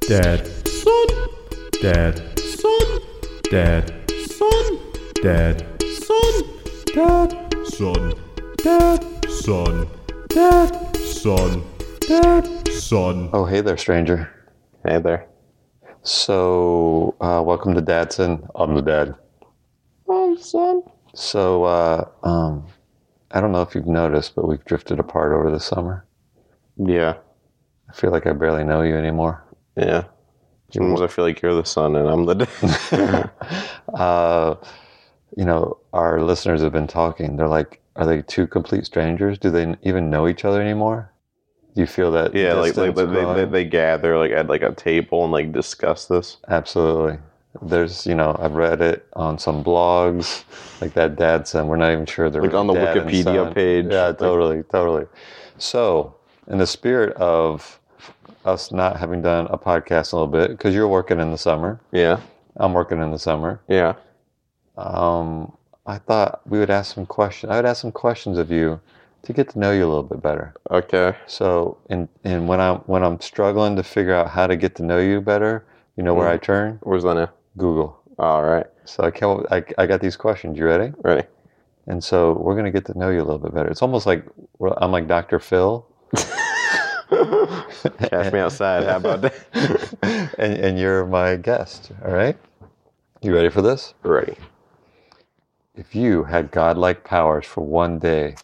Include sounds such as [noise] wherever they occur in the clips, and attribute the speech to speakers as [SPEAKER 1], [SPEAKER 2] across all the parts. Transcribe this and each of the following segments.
[SPEAKER 1] Dad. Son. Dad. Son. Dad. Son. Dad. Son. Dad. Son. Dad. Son. Dad. Son. Dad. Son.
[SPEAKER 2] Oh, hey there, stranger.
[SPEAKER 3] Hey there.
[SPEAKER 2] So, uh, welcome to Dadson. I'm the dad.
[SPEAKER 3] Hey, son.
[SPEAKER 2] So, uh, um, I don't know if you've noticed, but we've drifted apart over the summer.
[SPEAKER 3] Yeah.
[SPEAKER 2] I feel like I barely know you anymore.
[SPEAKER 3] Yeah. Sometimes I feel like you're the son and I'm the [laughs] dad.
[SPEAKER 2] Uh, you know, our listeners have been talking. They're like, are they two complete strangers? Do they even know each other anymore? Do you feel that?
[SPEAKER 3] yeah, like, like
[SPEAKER 2] distance
[SPEAKER 3] they, they, they,
[SPEAKER 2] growing?
[SPEAKER 3] they gather like at like a table and like discuss this.
[SPEAKER 2] Absolutely. There's, you know, I've read it on some blogs, like that dad son. We're not even sure they're
[SPEAKER 3] Like on the
[SPEAKER 2] really dad and
[SPEAKER 3] Wikipedia
[SPEAKER 2] son.
[SPEAKER 3] page.
[SPEAKER 2] Yeah,
[SPEAKER 3] Like-
[SPEAKER 2] totally, totally. So, in the spirit of us not having done a podcast in a little bit, because you're working in the summer,
[SPEAKER 3] Yeah.
[SPEAKER 2] I'm working in the summer.
[SPEAKER 3] Yeah.
[SPEAKER 2] Um, I thought we would ask some questions. I would ask some questions of you to get to know you a little bit better.
[SPEAKER 3] Okay.
[SPEAKER 2] So, and and when I'm when I'm struggling to figure out how to get to know you better, you know where
[SPEAKER 3] Mm-hmm.
[SPEAKER 2] I turn?
[SPEAKER 3] Where's that now?
[SPEAKER 2] Google.
[SPEAKER 3] All right.
[SPEAKER 2] So I came up, I, I got these questions. You ready?
[SPEAKER 3] Ready. [laughs]
[SPEAKER 2] And so we're gonna get to know you a little bit better. It's almost like we're, I'm like Dr. Phil, [laughs]
[SPEAKER 3] Catch me outside. How about that? [laughs]
[SPEAKER 2] and and you're my guest. All right. You ready for this?
[SPEAKER 3] Ready.
[SPEAKER 2] If you had godlike powers for one day,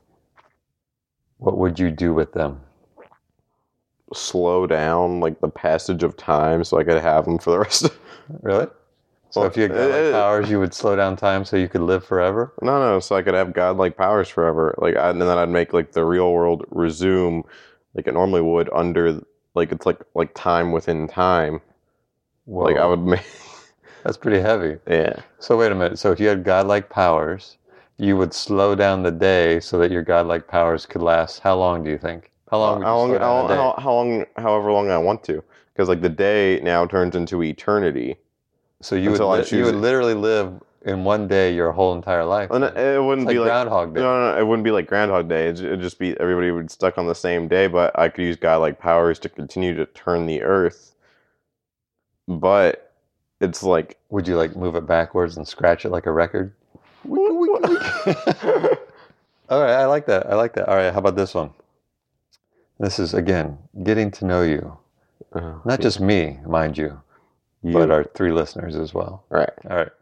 [SPEAKER 2] what would you do with them?
[SPEAKER 3] Slow down like the passage of time so I could have them for the rest of [laughs]
[SPEAKER 2] Really? So
[SPEAKER 3] Well,
[SPEAKER 2] if you had
[SPEAKER 3] uh,
[SPEAKER 2] godlike powers, you would slow down time so you could live forever.
[SPEAKER 3] No, no. So I could have godlike powers forever. Like, I, and then I'd make like the real world resume, like it normally would under like it's like like time within time.
[SPEAKER 2] Whoa,
[SPEAKER 3] Like I would [laughs] make.
[SPEAKER 2] that's pretty heavy.
[SPEAKER 3] Yeah.
[SPEAKER 2] So wait a minute. So if you had godlike powers, you would slow down the day so that your godlike powers could last. How long do you think? How long? Would you
[SPEAKER 3] how long?
[SPEAKER 2] slow
[SPEAKER 3] How,
[SPEAKER 2] down
[SPEAKER 3] long-
[SPEAKER 2] the day?
[SPEAKER 3] how, how long? However long I want to, because like the day now turns into eternity.
[SPEAKER 2] so you would
[SPEAKER 3] until
[SPEAKER 2] li-
[SPEAKER 3] I
[SPEAKER 2] you
[SPEAKER 3] choose
[SPEAKER 2] would
[SPEAKER 3] it.
[SPEAKER 2] literally live in one day your whole entire life.
[SPEAKER 3] And
[SPEAKER 2] then.
[SPEAKER 3] it
[SPEAKER 2] it's
[SPEAKER 3] wouldn't
[SPEAKER 2] like
[SPEAKER 3] be like.
[SPEAKER 2] Groundhog Day.
[SPEAKER 3] no, no, no, it wouldn't be like Groundhog Day. It'd ju- it'd just be everybody would stuck on the same day, but I could use godlike powers to continue to turn the earth. But it's like
[SPEAKER 2] Would you like move it backwards and scratch it like a record?
[SPEAKER 3] [laughs]
[SPEAKER 2] All right, I like that. I like that. All right, how about this one? This is again getting to know you, not just me, mind you, but our three listeners as well.
[SPEAKER 3] right.
[SPEAKER 2] All right.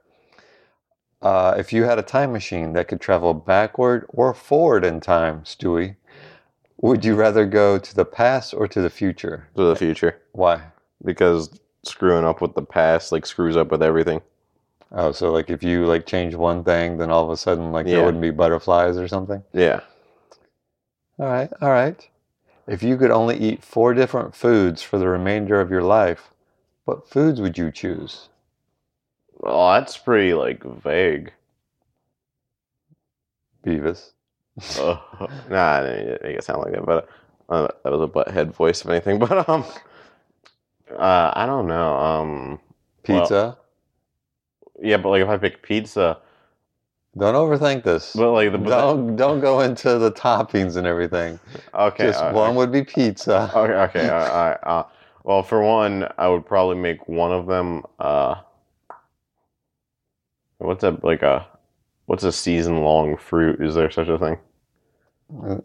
[SPEAKER 2] Uh, if you had a time machine that could travel backward or forward in time, Stewie, would you rather go to the past or to the future?
[SPEAKER 3] To the future.
[SPEAKER 2] Why?
[SPEAKER 3] Because screwing up with the past like screws up with everything.
[SPEAKER 2] Oh, so like if you like change one thing, then all of a sudden like there
[SPEAKER 3] Yeah.
[SPEAKER 2] wouldn't be butterflies or something.
[SPEAKER 3] Yeah.
[SPEAKER 2] All right, all right. If you could only eat four different foods for the remainder of your life, what foods would you choose?
[SPEAKER 3] Oh, that's pretty like vague.
[SPEAKER 2] Beavis.
[SPEAKER 3] Uh, [laughs] nah, I didn't make it sound like that, but uh, that was a butthead voice if anything. [laughs] But um, uh, I don't know. Um, Well-
[SPEAKER 2] Pizza.
[SPEAKER 3] yeah, but like if I pick pizza,
[SPEAKER 2] don't overthink this.
[SPEAKER 3] but like the but
[SPEAKER 2] don't don't go into the toppings and everything.
[SPEAKER 3] okay,
[SPEAKER 2] Just
[SPEAKER 3] all right.
[SPEAKER 2] one would be pizza.
[SPEAKER 3] [laughs] Okay, okay, all right, all right. Uh, well, for one, I would probably make one of them. Uh, what's a like a what's a season long fruit? Is there such a thing?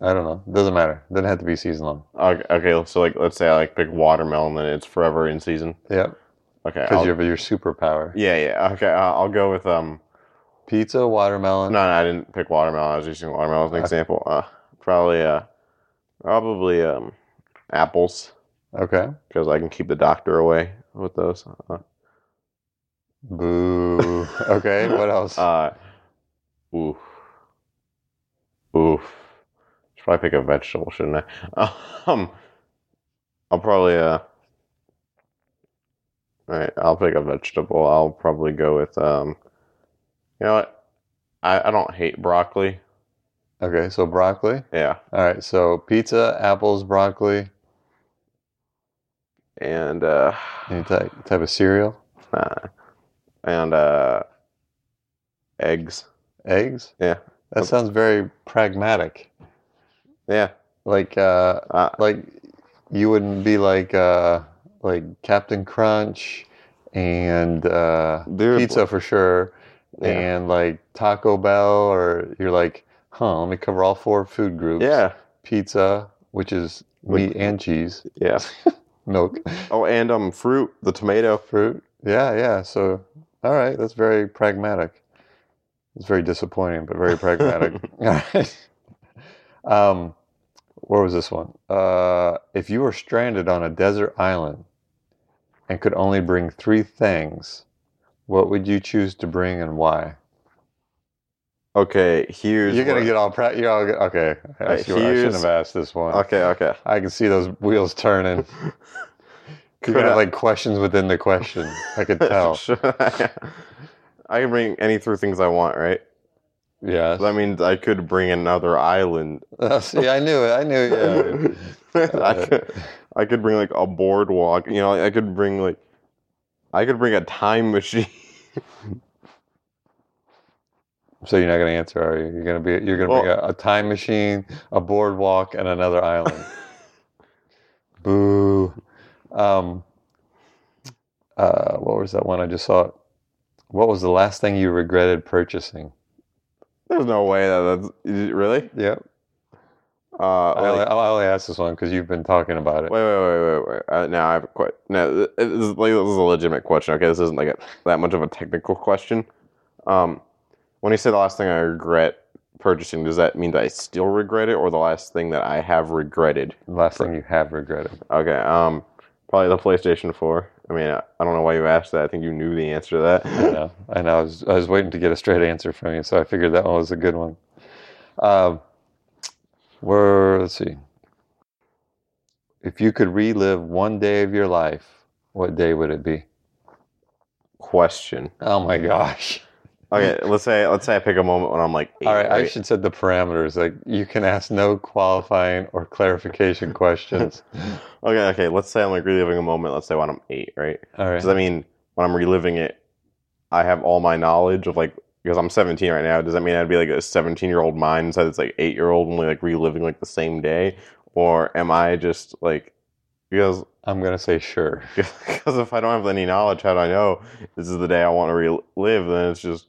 [SPEAKER 2] I don't know. Doesn't matter. Doesn't have to be season long.
[SPEAKER 3] Okay, okay, so like let's say I like pick watermelon, then it's forever in season.
[SPEAKER 2] Yep.
[SPEAKER 3] Okay,
[SPEAKER 2] Because
[SPEAKER 3] I'll,
[SPEAKER 2] you have your superpower.
[SPEAKER 3] yeah, yeah. Okay, uh, I'll go with um.
[SPEAKER 2] Pizza,
[SPEAKER 3] No,
[SPEAKER 2] watermelon.
[SPEAKER 3] no, I didn't pick watermelon. I was using watermelon as an
[SPEAKER 2] Okay.
[SPEAKER 3] example. Uh, probably uh, probably um, apples
[SPEAKER 2] Okay.
[SPEAKER 3] because I can keep the doctor away with those. Uh, [laughs]
[SPEAKER 2] Boo. okay. What else?
[SPEAKER 3] Uh, oof. Oof. Should probably pick a vegetable, shouldn't I? [laughs] Um, I'll probably, uh, alright, I'll pick a vegetable. I'll probably go with, um, you know what? I, I don't hate broccoli.
[SPEAKER 2] okay. So broccoli.
[SPEAKER 3] Yeah.
[SPEAKER 2] All right. So pizza, apples, broccoli.
[SPEAKER 3] And, uh,
[SPEAKER 2] Any type type of cereal?
[SPEAKER 3] uh, and, uh, eggs.
[SPEAKER 2] Eggs.
[SPEAKER 3] Yeah.
[SPEAKER 2] That sounds very pragmatic.
[SPEAKER 3] Yeah.
[SPEAKER 2] Like uh,
[SPEAKER 3] Uh,
[SPEAKER 2] like you wouldn't be like uh, like Captain Crunch and uh,
[SPEAKER 3] Dude,
[SPEAKER 2] pizza for sure,
[SPEAKER 3] Yeah.
[SPEAKER 2] and like Taco Bell, or you're like, huh? Let me cover all four food groups.
[SPEAKER 3] Yeah,
[SPEAKER 2] pizza, which is
[SPEAKER 3] With-
[SPEAKER 2] meat and cheese,
[SPEAKER 3] yeah. [laughs]
[SPEAKER 2] milk,
[SPEAKER 3] Oh, and um, fruit, the tomato.
[SPEAKER 2] fruit. Yeah, yeah. So, all right, that's very pragmatic. It's very disappointing, but very
[SPEAKER 3] [laughs]
[SPEAKER 2] pragmatic. [laughs] all right. Um, where was this one? Uh, if you were stranded on a desert island and could only bring three things, what would you choose to bring and why?
[SPEAKER 3] Okay, here's
[SPEAKER 2] You're gonna
[SPEAKER 3] what-
[SPEAKER 2] get all pra- you're all go- okay. I,
[SPEAKER 3] Alright,
[SPEAKER 2] see what- I shouldn't
[SPEAKER 3] here's-
[SPEAKER 2] have asked this one.
[SPEAKER 3] Okay, okay.
[SPEAKER 2] I can see those wheels
[SPEAKER 3] [laughs]
[SPEAKER 2] turning. You're
[SPEAKER 3] Could
[SPEAKER 2] gonna
[SPEAKER 3] I-
[SPEAKER 2] have like questions within the question. I could
[SPEAKER 3] [laughs]
[SPEAKER 2] tell.
[SPEAKER 3] Should I, I can bring any three things I want, right?
[SPEAKER 2] Yes.
[SPEAKER 3] That means I could bring another island.
[SPEAKER 2] Uh, see, I knew it. I knew it. Yeah.
[SPEAKER 3] [laughs] I could, I could bring like a boardwalk. You know, I could bring like, I could bring a time machine. [laughs]
[SPEAKER 2] So you're not gonna answer, are you? You're gonna be. You're gonna bring a, a time machine, a boardwalk, and another
[SPEAKER 3] [laughs]
[SPEAKER 2] island. Boo. Um. Uh, what was that one I just saw? What was the last thing you regretted purchasing?
[SPEAKER 3] There's no way that that's is it really.
[SPEAKER 2] Yep.
[SPEAKER 3] Uh,
[SPEAKER 2] I, only,
[SPEAKER 3] like-
[SPEAKER 2] I only asked this one because you've been talking about it.
[SPEAKER 3] wait, wait, wait, wait, wait. Uh, now I have a question. No, th- uh, this is, like, this is a legitimate question. Okay, this isn't like a, that much of a technical question. Um, when you say the last thing I regret purchasing, does that mean that I still regret it, or the last thing that I have regretted?
[SPEAKER 2] Last thing you have regretted.
[SPEAKER 3] Okay. Um, probably the PlayStation 4. I mean, I I don't know why you asked that. I think you knew the answer to
[SPEAKER 2] I
[SPEAKER 3] that. [laughs]
[SPEAKER 2] know. I know. I was, I was waiting to get a straight answer from you, so I figured that one was a good one. Um, where, let's see. If you could relive one day of your life, what day would it be?
[SPEAKER 3] Question.
[SPEAKER 2] Oh my gosh.
[SPEAKER 3] Okay, let's say let's say I pick a moment when I'm like, eight,
[SPEAKER 2] All right, I
[SPEAKER 3] right?
[SPEAKER 2] should set the parameters. Like, you can ask no qualifying or
[SPEAKER 3] [laughs]
[SPEAKER 2] clarification questions.
[SPEAKER 3] Okay, okay. Let's say I'm like reliving a moment. Let's say when I'm eight, right?
[SPEAKER 2] All right.
[SPEAKER 3] Does that mean when I'm reliving it, I have all my knowledge of like because I'm 17 right now. Does that mean I'd be like a 17 year old mind inside this like eight year old and we're like reliving like the same day, or am I just like [laughs] because
[SPEAKER 2] I'm going to say sure.
[SPEAKER 3] Because if I don't have any knowledge, how do I know this is the day I want to relive? Then it's just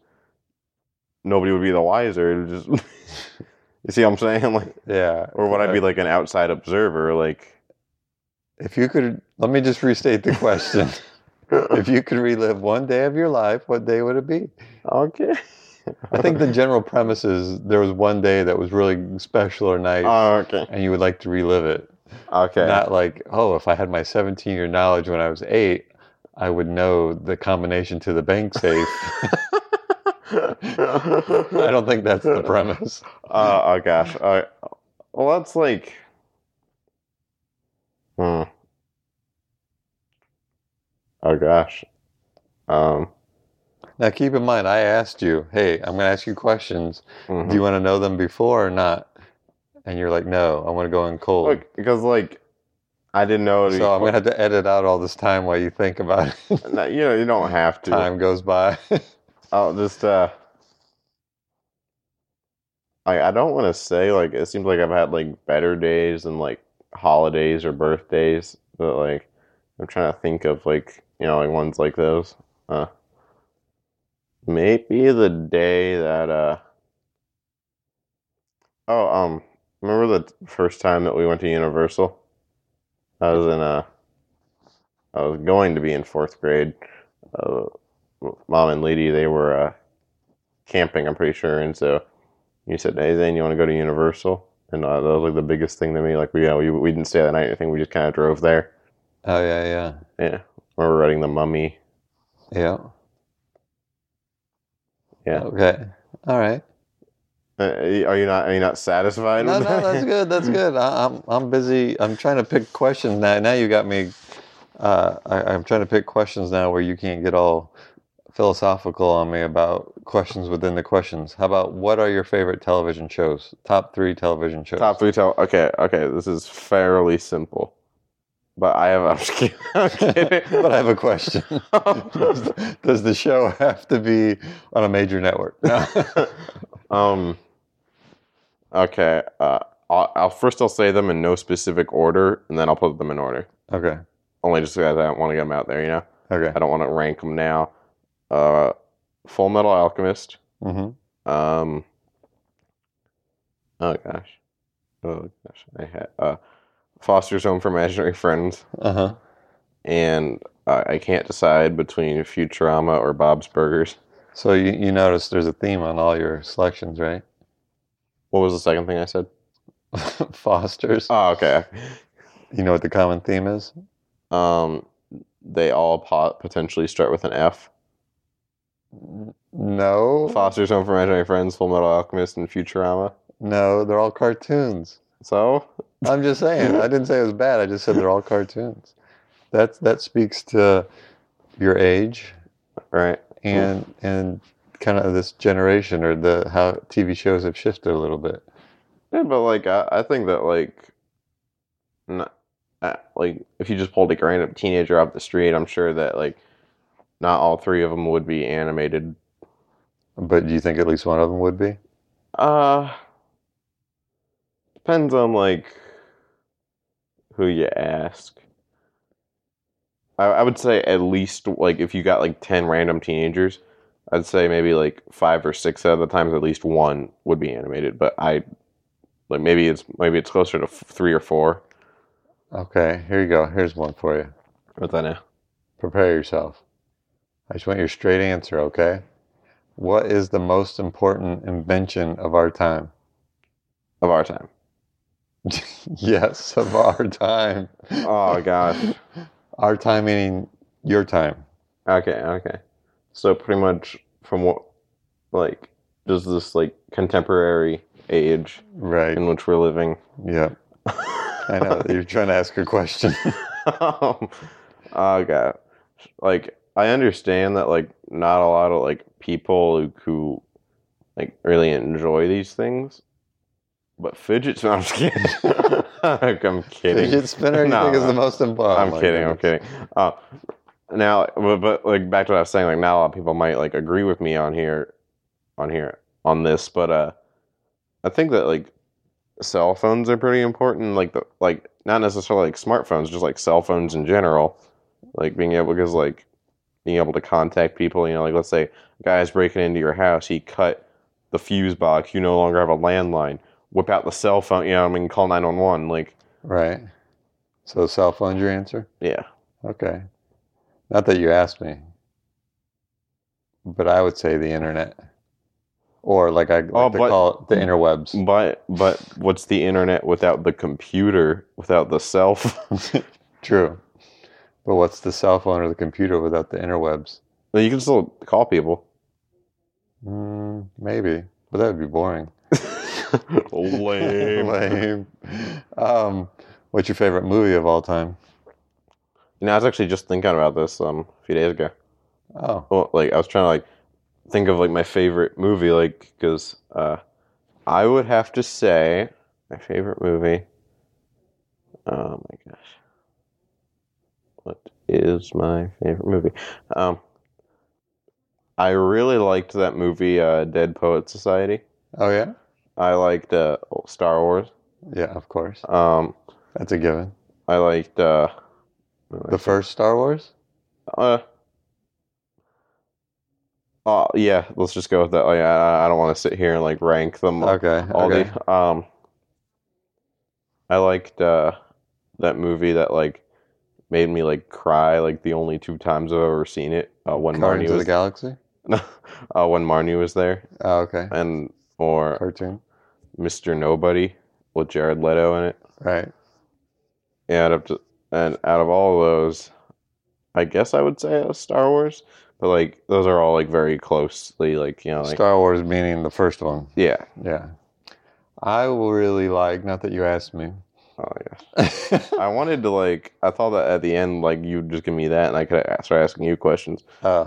[SPEAKER 3] nobody would be the wiser. It would just [laughs] you see what I'm saying, [laughs] like,
[SPEAKER 2] Yeah.
[SPEAKER 3] or would I be like an outside observer, like?
[SPEAKER 2] If you could, let me just restate the question. if you could relive one day of your life, what day would it be?
[SPEAKER 3] Okay.
[SPEAKER 2] I think the general premise is there was one day that was really special or nice,
[SPEAKER 3] Oh, [laughs] okay.
[SPEAKER 2] and you would like to relive it.
[SPEAKER 3] Okay.
[SPEAKER 2] Not like, oh, if I had my 17 year knowledge when I was eight, I would know the combination to the bank safe.
[SPEAKER 3] [laughs]
[SPEAKER 2] I don't think that's the premise.
[SPEAKER 3] Uh, oh gosh. Uh, well, that's like. Hmm. Oh gosh. Um.
[SPEAKER 2] Now, keep in mind, I asked you, hey, I'm going to ask you questions.
[SPEAKER 3] mhm.
[SPEAKER 2] Do you want to know them before or not? And you're like, no, I want to go in cold.
[SPEAKER 3] Look, because like, I didn't know. it-
[SPEAKER 2] So I'm going to have to edit out all this time while you think about it. [laughs]
[SPEAKER 3] No, you know, you don't have to.
[SPEAKER 2] time goes by. [laughs]
[SPEAKER 3] I'll just uh I I don't want to say like it seems like I've had like better days than like holidays or birthdays, but like I'm trying to think of like you know like ones like those. Uh, maybe the day that uh oh um remember the first time that we went to Universal? I was in uh I was going to be in fourth grade. Uh, mom and lady they were uh, camping i'm pretty sure and so you said hey zane you want to go to universal and uh, that was like the biggest thing to me like we, uh, we, we didn't stay that night or anything we just kind of drove there
[SPEAKER 2] oh, yeah, yeah.
[SPEAKER 3] yeah we were riding the mummy
[SPEAKER 2] Yeah.
[SPEAKER 3] Yeah.
[SPEAKER 2] Okay. All right.
[SPEAKER 3] uh, are you not are you not satisfied
[SPEAKER 2] No,
[SPEAKER 3] with
[SPEAKER 2] no,
[SPEAKER 3] that?
[SPEAKER 2] that's good. That's good. I, I'm I'm busy. I'm trying to pick questions now. Now you got me. Uh, I, I'm trying to pick questions now where you can't get all philosophical on me about questions within the questions. How about what are your favorite television shows? Top three television shows.
[SPEAKER 3] top three tell okay okay this is fairly simple but i have [laughs] i'm just kidding, I'm kidding.
[SPEAKER 2] [laughs] but I have a question.
[SPEAKER 3] [laughs]
[SPEAKER 2] [laughs] does, does the show [laughs] have to be on a major network? No.
[SPEAKER 3] [laughs] um okay uh I'll, I'll first i'll say them in no specific order and then i'll put them in order
[SPEAKER 2] okay.
[SPEAKER 3] only just because I don't want to get them out there. You know,
[SPEAKER 2] Okay.
[SPEAKER 3] I don't want to rank them now. Uh, Full Metal Alchemist.
[SPEAKER 2] Mm-hmm.
[SPEAKER 3] Um. Oh gosh. Oh gosh. I had uh, Foster's Home for Imaginary Friends,
[SPEAKER 2] Uh huh.
[SPEAKER 3] and uh, I can't decide between Futurama or Bob's Burgers.
[SPEAKER 2] So you, you notice there's a theme on all your selections, right? [laughs]
[SPEAKER 3] What was the second thing I said?
[SPEAKER 2] Fosters.
[SPEAKER 3] Oh, okay.
[SPEAKER 2] You know what the common theme is?
[SPEAKER 3] Um, they all po- potentially start with an F.
[SPEAKER 2] N- No.
[SPEAKER 3] Foster's Home for Imaginary Friends, Full Metal Alchemist, and Futurama.
[SPEAKER 2] no, they're all cartoons.
[SPEAKER 3] So
[SPEAKER 2] I'm just saying. I didn't say it was bad. I just said they're all cartoons. That's that speaks to your age
[SPEAKER 3] right.
[SPEAKER 2] and and kind of this generation or the how TV shows have shifted a little bit.
[SPEAKER 3] Yeah, but like I, I think that like, not, uh, like if you just pulled like a random teenager off the street, I'm sure that like, not all three of them would be animated.
[SPEAKER 2] But do you think at least one of them would be?
[SPEAKER 3] Uh, depends on like who you ask. I, I would say at least like if you got like ten random teenagers, I'd say maybe like five or six out of the times at least one would be animated. But I like maybe it's maybe it's closer to f- three or four.
[SPEAKER 2] Okay, here you go. Here's one for you.
[SPEAKER 3] What's that now?
[SPEAKER 2] Prepare yourself. I just want your straight answer, okay? What is the most important invention of our time? [laughs]
[SPEAKER 3] Of our time.
[SPEAKER 2] yes, of our time.
[SPEAKER 3] [laughs] Oh gosh.
[SPEAKER 2] Our time meaning your time.
[SPEAKER 3] Okay, okay. So pretty much from what like just this like contemporary age
[SPEAKER 2] Right.
[SPEAKER 3] in which we're living.
[SPEAKER 2] Yeah. [laughs] I
[SPEAKER 3] [laughs]
[SPEAKER 2] know. You're trying to ask a question.
[SPEAKER 3] um, oh god. Like I understand that like not a lot of like people who, who like really enjoy these things. But [laughs] fidgets no, I'm just kidding. [laughs] I'm kidding.
[SPEAKER 2] Fidget spinner, you
[SPEAKER 3] No,
[SPEAKER 2] think is
[SPEAKER 3] no.
[SPEAKER 2] the most Oh important?
[SPEAKER 3] I'm
[SPEAKER 2] Like,
[SPEAKER 3] kidding. I'm
[SPEAKER 2] it's-
[SPEAKER 3] kidding. Uh, now, but, but like back to what I was saying, like now a lot of people might like agree with me on here, on here, on this, but uh, I think that like cell phones are pretty important. Like the like not necessarily like smartphones, just like cell phones in general. Like being able because like being able to contact people. You know, like let's say a guy's breaking into your house, he cut the fuse box. You no longer have a landline. Whip out the cell phone. You know, what I mean, call nine one one. Like
[SPEAKER 2] Right. So cell phone's your answer?
[SPEAKER 3] yeah,
[SPEAKER 2] Okay. Not that you asked me, but I would say the internet, or like I like
[SPEAKER 3] Oh,
[SPEAKER 2] to
[SPEAKER 3] but- Mm.
[SPEAKER 2] call it the interwebs.
[SPEAKER 3] But but what's the internet without the computer, without the cell phone? [laughs]
[SPEAKER 2] True. But what's the cell phone or the computer without the interwebs?
[SPEAKER 3] you can still call people.
[SPEAKER 2] Mm, maybe, but that would be boring.
[SPEAKER 3] [laughs]
[SPEAKER 1] [laughs]
[SPEAKER 2] Lame. Um, what's your favorite movie of all time?
[SPEAKER 3] You know, I was actually just thinking about this um a few days ago.
[SPEAKER 2] Oh,
[SPEAKER 3] Well, like I was trying to like think of like my favorite movie, like because uh, I would have to say my favorite movie. Oh my gosh, what is my favorite movie? Um, I really liked that movie, uh, Dead Poet Society.
[SPEAKER 2] oh yeah,
[SPEAKER 3] I liked uh, Star Wars.
[SPEAKER 2] yeah, of course.
[SPEAKER 3] Um,
[SPEAKER 2] That's a given.
[SPEAKER 3] I liked uh,
[SPEAKER 2] The first Star Wars.
[SPEAKER 3] uh, uh, yeah. Let's just go with that. Like, I, I don't want to sit here and like rank them.
[SPEAKER 2] Okay,
[SPEAKER 3] all
[SPEAKER 2] okay.
[SPEAKER 3] the um. I liked uh, that movie that like made me like cry like the only two times I've ever seen it. Uh, when
[SPEAKER 2] Guardians
[SPEAKER 3] Marnie
[SPEAKER 2] of
[SPEAKER 3] was
[SPEAKER 2] the Galaxy.
[SPEAKER 3] uh, when Marnie was there,
[SPEAKER 2] Oh, okay.
[SPEAKER 3] and or
[SPEAKER 2] Cartoon.
[SPEAKER 3] Mr. Nobody with Jared Leto in it.
[SPEAKER 2] Right.
[SPEAKER 3] Yeah, out of t- and out of all those, I guess I would say it was Star Wars, but like those are all like very closely like you know like
[SPEAKER 2] Star Wars meaning the first one.
[SPEAKER 3] yeah.
[SPEAKER 2] Yeah. I will really like, not that you asked
[SPEAKER 3] [laughs]
[SPEAKER 2] me.
[SPEAKER 3] Oh yeah. I wanted to like I thought that at the end like you'd just give me that and I could a- start asking you questions.
[SPEAKER 2] Uh,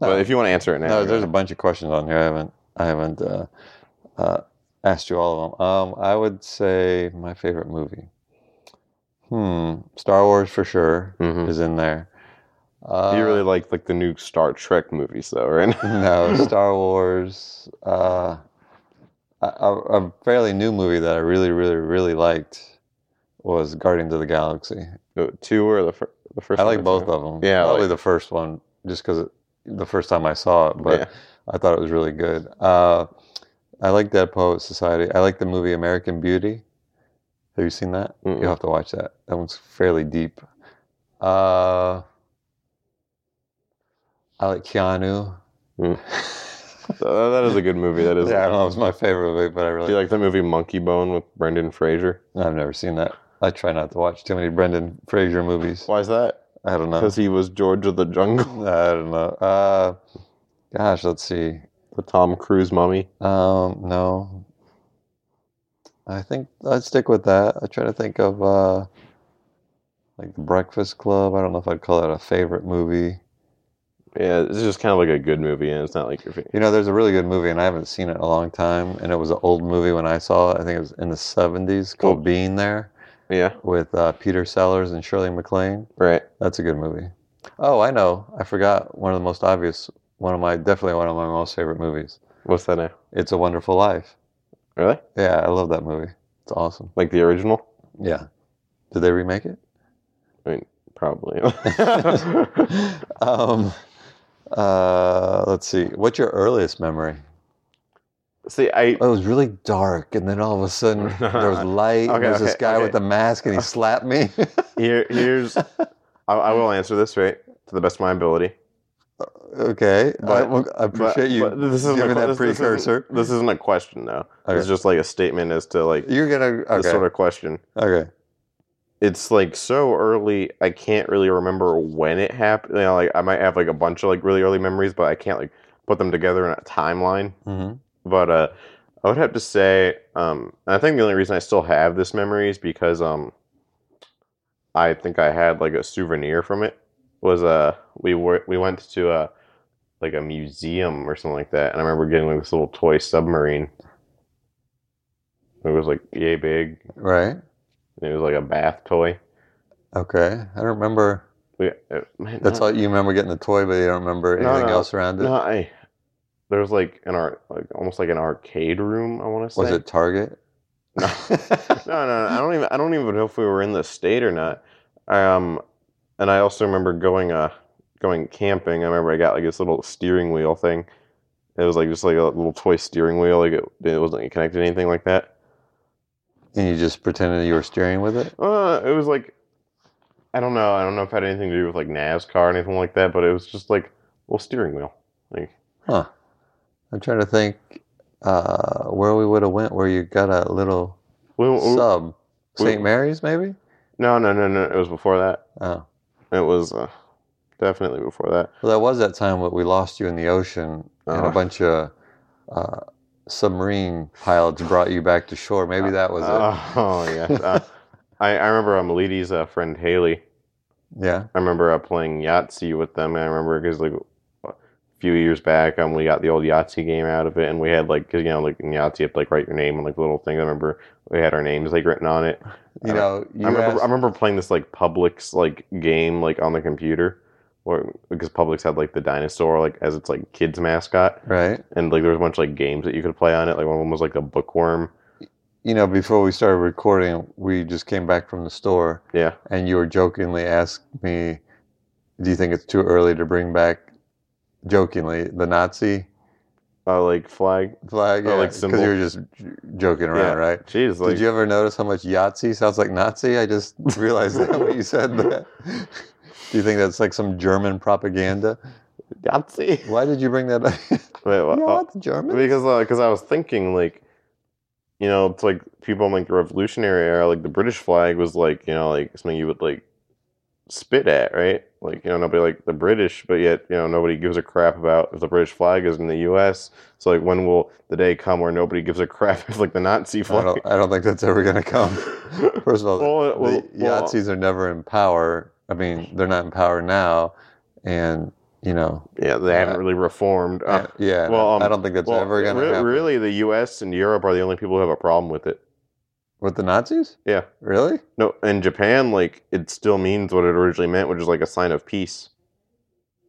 [SPEAKER 2] no,
[SPEAKER 3] But if you want to answer it now,
[SPEAKER 2] no,
[SPEAKER 3] go
[SPEAKER 2] there's a
[SPEAKER 3] ahead.
[SPEAKER 2] bunch of questions on here. I haven't, I haven't uh, uh, asked you all of them. Um, I would say my favorite movie. Hmm, Star Wars for sure
[SPEAKER 3] Mhm.
[SPEAKER 2] is in there. Uh,
[SPEAKER 3] you really like like the new Star Trek movies though, right? [laughs]
[SPEAKER 2] no, Star Wars. Uh, a, a a fairly new movie that I really, really, really liked was Guardians of the Galaxy.
[SPEAKER 3] The Oh, Two or the fir- The first
[SPEAKER 2] I
[SPEAKER 3] one
[SPEAKER 2] like both of them.
[SPEAKER 3] Yeah, I
[SPEAKER 2] probably
[SPEAKER 3] like-
[SPEAKER 2] the first one just because the first time I saw it, but
[SPEAKER 3] Yeah.
[SPEAKER 2] I thought it was really good. Uh, I like Dead Poet Society. I like the movie American Beauty. Have you seen that?
[SPEAKER 3] Mm-mm.
[SPEAKER 2] You'll have to watch that. That one's fairly deep. Uh, I like Keanu. [laughs]
[SPEAKER 3] Uh, that is a good movie. Mm. That is.
[SPEAKER 2] yeah, I don't know. It was my favorite movie, but I
[SPEAKER 3] Do
[SPEAKER 2] really
[SPEAKER 3] you like the movie Monkey Bone with Brendan Fraser?
[SPEAKER 2] I've never seen that. I try not to watch too many Brendan Fraser movies.
[SPEAKER 3] Why is that?
[SPEAKER 2] I don't know.
[SPEAKER 3] Because he was George of the Jungle,
[SPEAKER 2] I don't know. Uh, gosh, let's see.
[SPEAKER 3] the Tom Cruise mummy.
[SPEAKER 2] Um, no. I think I'd stick with that. I try to think of uh like The Breakfast Club. I don't know if I'd call that a favorite movie.
[SPEAKER 3] Yeah, it's just kind of like a good movie, and it's not like your favorite.
[SPEAKER 2] You know, there's a really good movie, and I haven't seen it in a long time. And it was an old movie when I saw it. I think it was in the 70s called
[SPEAKER 3] Oh.
[SPEAKER 2] Being There
[SPEAKER 3] Yeah,
[SPEAKER 2] with uh, Peter Sellers and Shirley MacLaine.
[SPEAKER 3] right.
[SPEAKER 2] That's a good movie. Oh, I know. I forgot one of the most obvious, one of my, definitely one of my most favorite movies.
[SPEAKER 3] What's that now?
[SPEAKER 2] It's a Wonderful Life.
[SPEAKER 3] Really?
[SPEAKER 2] Yeah, I love that movie. It's awesome.
[SPEAKER 3] Like the original?
[SPEAKER 2] Yeah. Did they remake [laughs] it?
[SPEAKER 3] Probably. [laughs]
[SPEAKER 2] um, uh, let's see. What's your earliest memory?
[SPEAKER 3] See, I
[SPEAKER 2] Oh, it was really dark, and then all of a sudden [laughs] there was light. and
[SPEAKER 3] Okay,
[SPEAKER 2] there was this
[SPEAKER 3] okay,
[SPEAKER 2] guy
[SPEAKER 3] okay.
[SPEAKER 2] with a mask, [laughs] and he slapped me.
[SPEAKER 3] here here's I, I will answer this right to the best of my ability.
[SPEAKER 2] [laughs] okay, I,
[SPEAKER 3] But-
[SPEAKER 2] I appreciate you
[SPEAKER 3] but this isn't a
[SPEAKER 2] giving
[SPEAKER 3] que-
[SPEAKER 2] that
[SPEAKER 3] this- this isn't-
[SPEAKER 2] precursor.
[SPEAKER 3] This isn't, a question though.
[SPEAKER 2] Okay.
[SPEAKER 3] It's just like a statement as to like
[SPEAKER 2] You're gonna okay.
[SPEAKER 3] this sort of question.
[SPEAKER 2] okay.
[SPEAKER 3] It's like so early. I can't really remember when it happened. You know, like I might have like a bunch of like really early memories, but I can't like put them together in a timeline.
[SPEAKER 2] hmm
[SPEAKER 3] but uh, I would have to say, um, and I think the only reason I still have this memory is because um, I think I had like a souvenir from it. Was uh, we were we went to uh, like a museum or something like that, and I remember getting like this little toy submarine. It was like yay big,
[SPEAKER 2] Right.
[SPEAKER 3] and it was like a bath toy.
[SPEAKER 2] Okay. I don't remember.
[SPEAKER 3] We, it, man,
[SPEAKER 2] That's
[SPEAKER 3] no,
[SPEAKER 2] all you remember getting the toy, but you don't remember
[SPEAKER 3] No,
[SPEAKER 2] anything
[SPEAKER 3] no,
[SPEAKER 2] else around it.
[SPEAKER 3] No, I, there was like an art, like almost like an arcade room. I want to say
[SPEAKER 2] Was it Target?
[SPEAKER 3] [laughs] no, no, no, I don't even. I don't even know if we were in the state or not. Um, and I also remember going uh going camping. I remember I got like this little steering wheel thing. It was like just like a little toy steering wheel. Like it, it wasn't connected to anything like that.
[SPEAKER 2] and you just pretended you were steering with it.
[SPEAKER 3] Uh, it was like I don't know. I don't know if it had anything to do with like NASCAR or anything like that. But it was just like a little steering wheel. Like
[SPEAKER 2] Huh. I'm trying to think uh, where we would have went where you got a little
[SPEAKER 3] we, we,
[SPEAKER 2] sub.
[SPEAKER 3] we-
[SPEAKER 2] St. Mary's, maybe?
[SPEAKER 3] no, no, no, no. It was before that.
[SPEAKER 2] Oh.
[SPEAKER 3] It was uh, definitely before that.
[SPEAKER 2] Well, that was that time what we lost you in the ocean and a
[SPEAKER 3] Oh.
[SPEAKER 2] bunch of uh, submarine pilots brought you back to shore. Maybe that was it.
[SPEAKER 3] Oh, yes. Uh, I, I remember um, Lady's uh, friend Haley.
[SPEAKER 2] Yeah.
[SPEAKER 3] I remember uh, playing Yahtzee with them. And I remember because like a few years back, um, we got the old Yahtzee game out of it, and we had like 'cause, you know like in Yahtzee, you have to like write your name on like little thing. I remember we had our names like written on it.
[SPEAKER 2] You
[SPEAKER 3] I
[SPEAKER 2] know, you
[SPEAKER 3] Uh-huh. I remember
[SPEAKER 2] asked-
[SPEAKER 3] I remember playing this like Publix like game like on the computer, or because Publix had like the dinosaur like as its like kids mascot,
[SPEAKER 2] right?
[SPEAKER 3] and like there was a bunch of like games that you could play on it. Like one of them was like a bookworm.
[SPEAKER 2] You know, before we started recording, we just came back from the store
[SPEAKER 3] Yeah.
[SPEAKER 2] and you were jokingly asked me, do you think it's too early to bring back, jokingly, the Nazi
[SPEAKER 3] Uh, like flag.
[SPEAKER 2] flag?
[SPEAKER 3] Oh, like
[SPEAKER 2] because
[SPEAKER 3] symbol.
[SPEAKER 2] you were just j- joking around,
[SPEAKER 3] Yeah.
[SPEAKER 2] right?
[SPEAKER 3] Jeez, like
[SPEAKER 2] Did you ever notice how much Yahtzee sounds like Nazi? I
[SPEAKER 3] [laughs]
[SPEAKER 2] just realized that when you said that. Do you think that's like some German propaganda?
[SPEAKER 3] Yahtzee.
[SPEAKER 2] Why did you bring that up? [laughs] you
[SPEAKER 3] Wait, what?
[SPEAKER 2] know
[SPEAKER 3] Oh,
[SPEAKER 2] what, the German?
[SPEAKER 3] because because I was thinking like, you know, it's like people in like the Revolutionary era, like the British flag was like you know like something you would like spit at, right? Like you know nobody like the British, but yet you know nobody gives a crap about if the British flag is in the U.S. So like when will the day come where nobody gives a crap [laughs] if like the Nazi
[SPEAKER 2] I
[SPEAKER 3] flag? [laughs]
[SPEAKER 2] don't, I don't think that's ever going to come. First of all,
[SPEAKER 3] Well, well,
[SPEAKER 2] the
[SPEAKER 3] well- uh
[SPEAKER 2] Yahtzees are never in power. I mean, they're not in power now. And, you know,
[SPEAKER 3] yeah, they haven't really reformed. Uh,
[SPEAKER 2] yeah,
[SPEAKER 3] well, um,
[SPEAKER 2] I don't think that's
[SPEAKER 3] well,
[SPEAKER 2] ever going to
[SPEAKER 3] re-
[SPEAKER 2] happen.
[SPEAKER 3] really, the U.S. and Europe are the only people who have a problem with it.
[SPEAKER 2] With the Nazis?
[SPEAKER 3] Yeah.
[SPEAKER 2] Really?
[SPEAKER 3] No, in Japan, like it still means what it originally meant, which is like a sign of peace.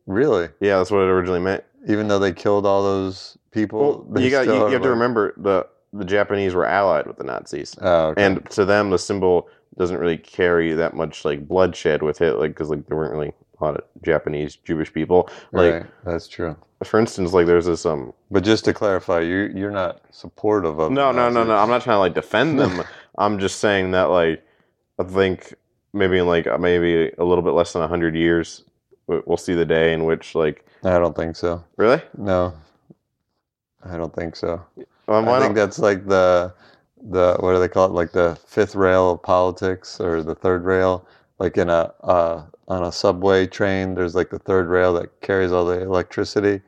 [SPEAKER 2] Really?
[SPEAKER 3] Yeah, that's what it originally meant.
[SPEAKER 2] Even though they killed all those people?
[SPEAKER 3] Well,
[SPEAKER 2] they
[SPEAKER 3] you got you,
[SPEAKER 2] still
[SPEAKER 3] you
[SPEAKER 2] are
[SPEAKER 3] have to
[SPEAKER 2] like-
[SPEAKER 3] remember the the Japanese were allied with the Nazis,
[SPEAKER 2] Oh, okay.
[SPEAKER 3] and to them the symbol doesn't really carry that much like bloodshed with it, like because like there weren't really a lot of Japanese Jewish people. Like
[SPEAKER 2] right. That's true.
[SPEAKER 3] for instance, like there's this um
[SPEAKER 2] But just to clarify, you you're not supportive of
[SPEAKER 3] no no no
[SPEAKER 2] Nazis.
[SPEAKER 3] no I'm not trying to like defend [laughs] them. I'm just saying that like I think maybe in like maybe a little bit less than hundred years we- we'll see the day in which like
[SPEAKER 2] I don't think so.
[SPEAKER 3] really
[SPEAKER 2] No, I don't think so.
[SPEAKER 3] um,
[SPEAKER 2] I
[SPEAKER 3] why
[SPEAKER 2] think
[SPEAKER 3] don't-
[SPEAKER 2] that's like the the what do they call it? Like the fifth rail of politics or the third rail. Like in a uh, on a subway train, there's like the third rail that carries all the electricity.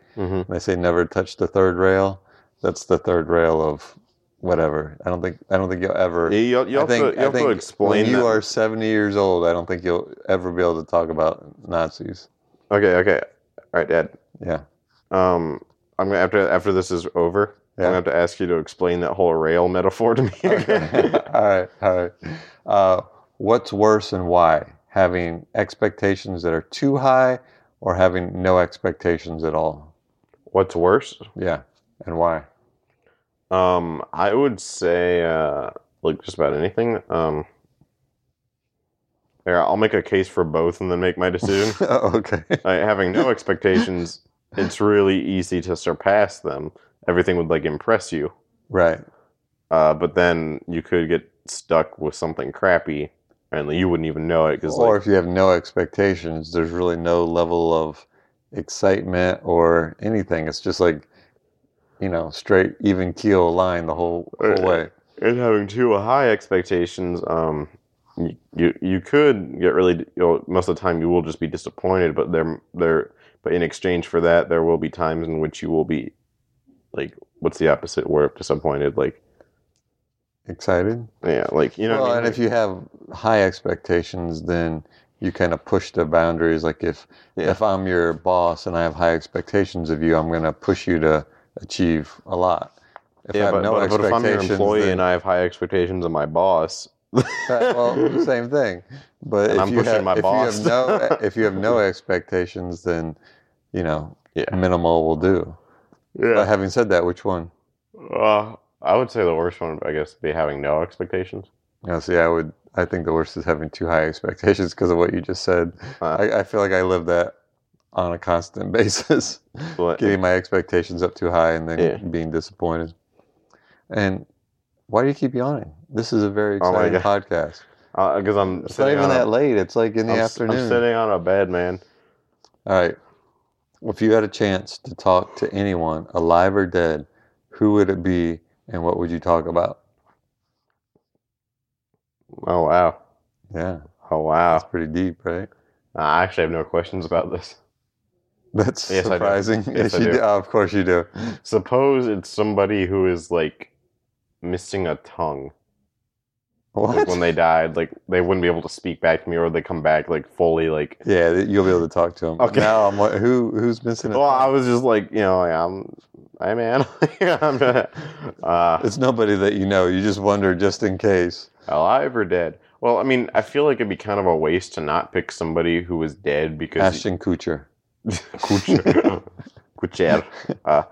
[SPEAKER 2] And
[SPEAKER 3] Mhm.
[SPEAKER 2] they say never touch the third rail. That's the third rail of whatever. I don't think I don't think you'll ever.
[SPEAKER 3] You, you, you
[SPEAKER 2] I
[SPEAKER 3] have,
[SPEAKER 2] think-
[SPEAKER 3] to,
[SPEAKER 2] I
[SPEAKER 3] you have to
[SPEAKER 2] think
[SPEAKER 3] explain
[SPEAKER 2] when you
[SPEAKER 3] that.
[SPEAKER 2] are 70 years old, I don't think you'll ever be able to talk about
[SPEAKER 3] [laughs]
[SPEAKER 2] Nazis.
[SPEAKER 3] Okay, okay. All right, Dad.
[SPEAKER 2] Yeah.
[SPEAKER 3] Um, I'm gonna after after this is over,
[SPEAKER 2] Yeah.
[SPEAKER 3] I'm gonna have to ask you to explain that whole rail metaphor to me.
[SPEAKER 2] Okay.
[SPEAKER 3] again.
[SPEAKER 2] [laughs] all right. All right. Uh, what's worse and why? Having expectations that are too high or having no expectations at all?
[SPEAKER 3] [laughs] What's worse?
[SPEAKER 2] Yeah. And why?
[SPEAKER 3] Um, I would say uh, like just about anything. Um, yeah, I'll make a case for both and then make my decision.
[SPEAKER 2] [laughs] okay.
[SPEAKER 3] like, having no expectations, it's really easy to surpass them. Everything would like impress you,
[SPEAKER 2] Right.
[SPEAKER 3] uh, but then you could get stuck with something crappy, and you wouldn't even know it because
[SPEAKER 2] Or if you have no expectations, there's really no level of excitement or anything. It's just like, you know, straight, even keel line the whole, whole
[SPEAKER 3] Right.
[SPEAKER 2] way.
[SPEAKER 3] and having too high expectations, um, you you, you could get really you know, most of the time you will just be disappointed, but there there but in exchange for that there will be times in which you will be like what's the opposite word of disappointed like
[SPEAKER 2] Excited?
[SPEAKER 3] yeah like you know
[SPEAKER 2] well,
[SPEAKER 3] what I
[SPEAKER 2] and
[SPEAKER 3] mean?
[SPEAKER 2] if you have high expectations, then you kind of push the boundaries. Like if
[SPEAKER 3] Yeah.
[SPEAKER 2] if I'm your boss and I have high expectations of you, I'm going to push you to achieve a lot. If I
[SPEAKER 3] yeah,
[SPEAKER 2] have
[SPEAKER 3] but,
[SPEAKER 2] no
[SPEAKER 3] but, but if I'm your
[SPEAKER 2] expectations,
[SPEAKER 3] employee
[SPEAKER 2] then-
[SPEAKER 3] and I have high expectations of my boss,
[SPEAKER 2] well, same thing. But
[SPEAKER 3] And
[SPEAKER 2] if
[SPEAKER 3] I'm
[SPEAKER 2] you
[SPEAKER 3] pushing
[SPEAKER 2] have,
[SPEAKER 3] my
[SPEAKER 2] if
[SPEAKER 3] boss.
[SPEAKER 2] you have
[SPEAKER 3] [laughs]
[SPEAKER 2] no if you have no expectations, then you know
[SPEAKER 3] Yeah.
[SPEAKER 2] minimal will do. But
[SPEAKER 3] yeah,
[SPEAKER 2] having said that, which one?
[SPEAKER 3] uh, I would say the worst one I guess would be having no expectations.
[SPEAKER 2] No, see, I would. I think the worst is having too high expectations because of what you just said.
[SPEAKER 3] Uh,
[SPEAKER 2] I, I feel like I live that on a constant [laughs] basis,
[SPEAKER 3] But-
[SPEAKER 2] getting my expectations up too high and then
[SPEAKER 3] Yeah.
[SPEAKER 2] being disappointed. And why do you keep yawning? This is a very
[SPEAKER 3] Oh my
[SPEAKER 2] exciting podcast.
[SPEAKER 3] because Uh, I'm
[SPEAKER 2] It's not
[SPEAKER 3] sitting
[SPEAKER 2] even
[SPEAKER 3] on a-
[SPEAKER 2] that late. It's like in the
[SPEAKER 3] I'm s-
[SPEAKER 2] afternoon.
[SPEAKER 3] I'm sitting on a bed, man.
[SPEAKER 2] All right. If you had a chance to talk to anyone, alive or dead, who would it be and what would you talk about?
[SPEAKER 3] Oh wow.
[SPEAKER 2] Yeah,
[SPEAKER 3] Oh wow.
[SPEAKER 2] that's pretty deep, right? [laughs]
[SPEAKER 3] I actually have no questions about this. [laughs]
[SPEAKER 2] That's
[SPEAKER 3] Yes, I do.
[SPEAKER 2] surprising.
[SPEAKER 3] Yes, I
[SPEAKER 2] you
[SPEAKER 3] do.
[SPEAKER 2] Oh, of course you do.
[SPEAKER 3] Suppose it's somebody who is like missing a tongue. Like
[SPEAKER 2] What?
[SPEAKER 3] when they died, like they wouldn't be able to speak back to me or they come back like fully like
[SPEAKER 2] Yeah, th- you'll be able to talk to him.
[SPEAKER 3] Okay.
[SPEAKER 2] Now I'm like, who who's missing it?
[SPEAKER 3] Well, I was just like, you know, like, I'm I'm an I'm [laughs] uh,
[SPEAKER 2] It's nobody that you know. You just wonder just in case.
[SPEAKER 3] alive or dead. Well, I mean, I feel like it'd be kind of a waste to not pick somebody who was dead because
[SPEAKER 2] Ashton Kutcher.
[SPEAKER 3] Kucher. [laughs] Kucher. Uh,